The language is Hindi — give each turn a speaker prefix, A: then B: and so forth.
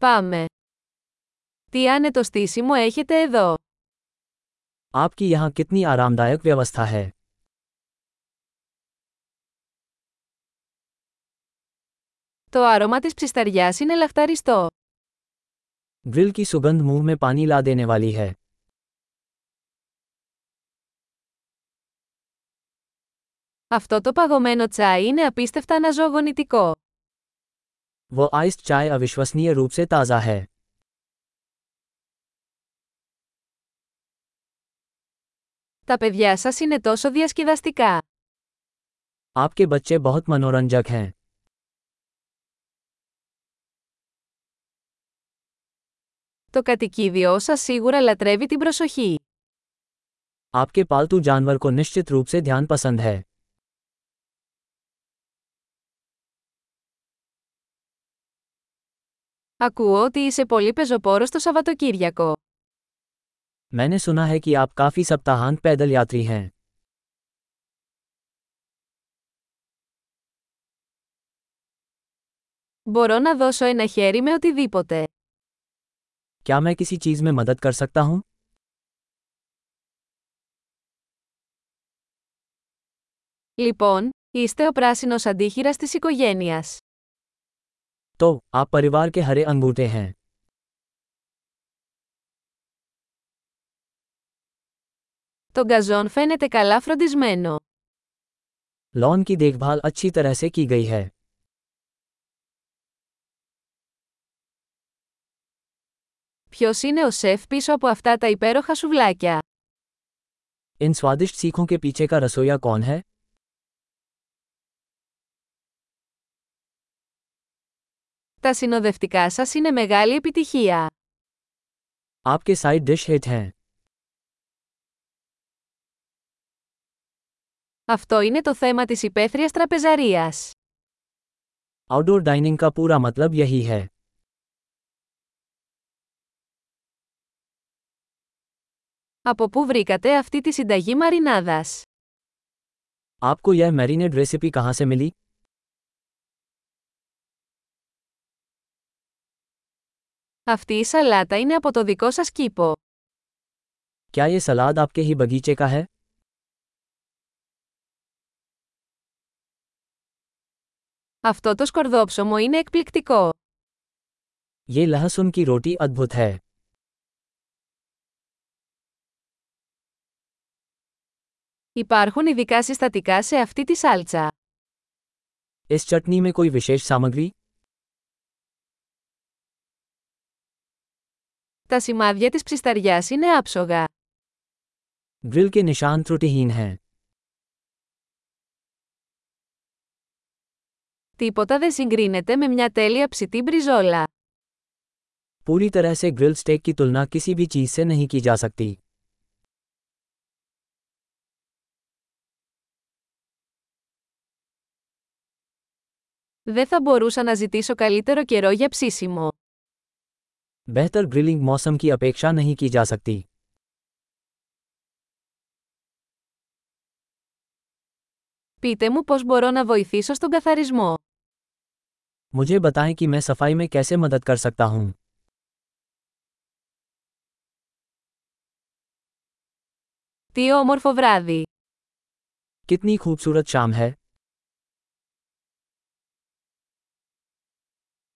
A: Πάμε. Τι άνετο στήσιμο έχετε εδώ.
B: आपकी यहाँ कितनी आरामदायक व्यवस्था है
A: Το άρωμα της ψισταριάς είναι λαχταριστό.
B: ग्रिल की सुगंध मुंह में पानी ला देने वाली है
A: Αυτό το παγωμένο τσάι είναι απίστευτα αναζωογονητικό.
B: वह आइस्ड चाय अविश्वसनीय रूप से ताज़ा है
A: Τα παιδιά σας είναι τόσο διασκεδαστικά.
B: आपके बच्चे बहुत मनोरंजक हैं
A: Το κατοικίδιό σας σίγουρα λατρεύει την προσοχή.
B: आपके पालतू जानवर को निश्चित रूप से ध्यान पसंद है
A: Ακούω ότι είσαι πολύ πεζοπόρος το Σαββατοκύριακο.
B: मैंने सुना है कि आप काफ़ी सप्ताहांत पैदल यात्री हैं
A: Μπορώ να δώσω ένα χέρι με οτιδήποτε.
B: क्या मैं किसी चीज़ में मदद कर सकता हूँ
A: Λοιπόν, είστε ο πράσινος αντίχειρας της οικογένειας.
B: तो आप परिवार के हरे अंगूठे हैं
A: Το γκαζόν φαίνεται καλά φροντισμένο.
B: लॉन की देखभाल अच्छी तरह से की गई है
A: Ποιος είναι ο σεφ πίσω από αυτά τα υπέροχα σουβλάκια.
B: इन स्वादिष्ट सीखों के पीछे का रसोईया कौन है
A: Τα συνοδευτικά σας είναι μεγάλη επιτυχία.
B: आपके साइड डिश हिट हैं
A: Αυτό είναι το θέμα της υπαίθριας τραπεζαρίας.
B: आउटडोर डाइनिंग का पूरा मतलब यही है
A: Από πού βρήκατε αυτή τη συνταγή μαρινάδας.
B: आपको यह मैरिनेड रेसिपी कहाँ से मिली
A: Αυτή η σαλάτα είναι από το δικό σας κήπο.
B: क्या ये सलाद आपके ही बगीचे का है
A: Αυτό το σκορδόψωμο είναι εκπληκτικό.
B: ये लहसुन की रोटी अद्भुत है
A: Υπάρχουν ειδικά συστατικά σε αυτή τη σάλτσα.
B: इस चटनी में कोई विशेष सामग्री
A: Τα σημάδια της ψισταριάς είναι άψογα.
B: ग्रिल के निशान त्रुटिहीन हैं
A: Τίποτα δεν συγκρίνεται με μια τέλεια ψητή μπριζόλα.
B: पूरी तरह से ग्रिल स्टेक की तुलना किसी भी चीज़ से नहीं की जा सकती
A: Δεν θα μπορούσα να ζητήσω καλύτερο καιρό για ψήσιμο.
B: बेहतर ग्रिलिंग मौसम की अपेक्षा नहीं की जा सकती
A: Πείτε μου πώς μπορώ να βοηθήσω στον καθαρισμό.
B: मुझे बताएं कि मैं सफाई में कैसे मदद कर सकता हूँ
A: Τι όμορφο βράδυ!
B: कितनी खूबसूरत शाम है